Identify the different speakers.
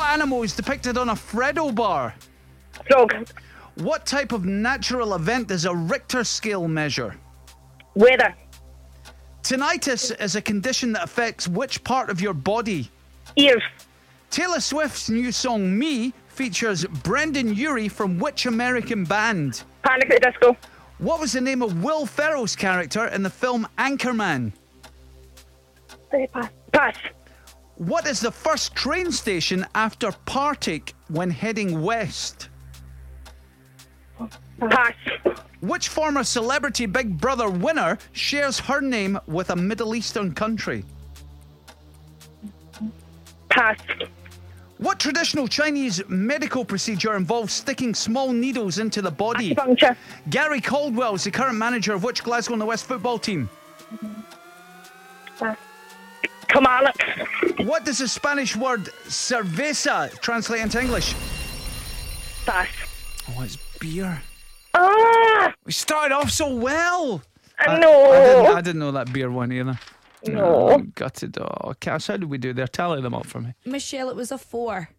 Speaker 1: animal is depicted on a Freddo bar?
Speaker 2: Frog.
Speaker 1: What type of natural event does a Richter scale measure?
Speaker 2: Weather.
Speaker 1: Tinnitus is a condition that affects which part of your body?
Speaker 2: Ears.
Speaker 1: Taylor Swift's new song Me features Brendan Urie from which American band?
Speaker 2: Panic at the Disco.
Speaker 1: What was the name of Will Ferrell's character in the film Anchorman?
Speaker 2: Say Pass. Pass.
Speaker 1: What is the first train station after Partick when heading west?
Speaker 2: Pass.
Speaker 1: Which former celebrity Big Brother winner shares her name with a Middle Eastern country?
Speaker 2: Pass.
Speaker 1: What traditional Chinese medical procedure involves sticking small needles into the body?
Speaker 2: Acupuncture.
Speaker 1: Gary Caldwell is the current manager of which Glasgow and the West football team?
Speaker 2: Pass. Kamala.
Speaker 1: What does the Spanish word cerveza translate into English?
Speaker 2: Pass.
Speaker 1: Oh, it's beer.
Speaker 2: Ah!
Speaker 1: We started off so well.
Speaker 2: I
Speaker 1: I didn't,
Speaker 2: know.
Speaker 1: I didn't know that beer one either.
Speaker 2: No.
Speaker 1: Gutted. Oh, Cass, how did we do there? Tally them up for me.
Speaker 3: Michelle, it was a four.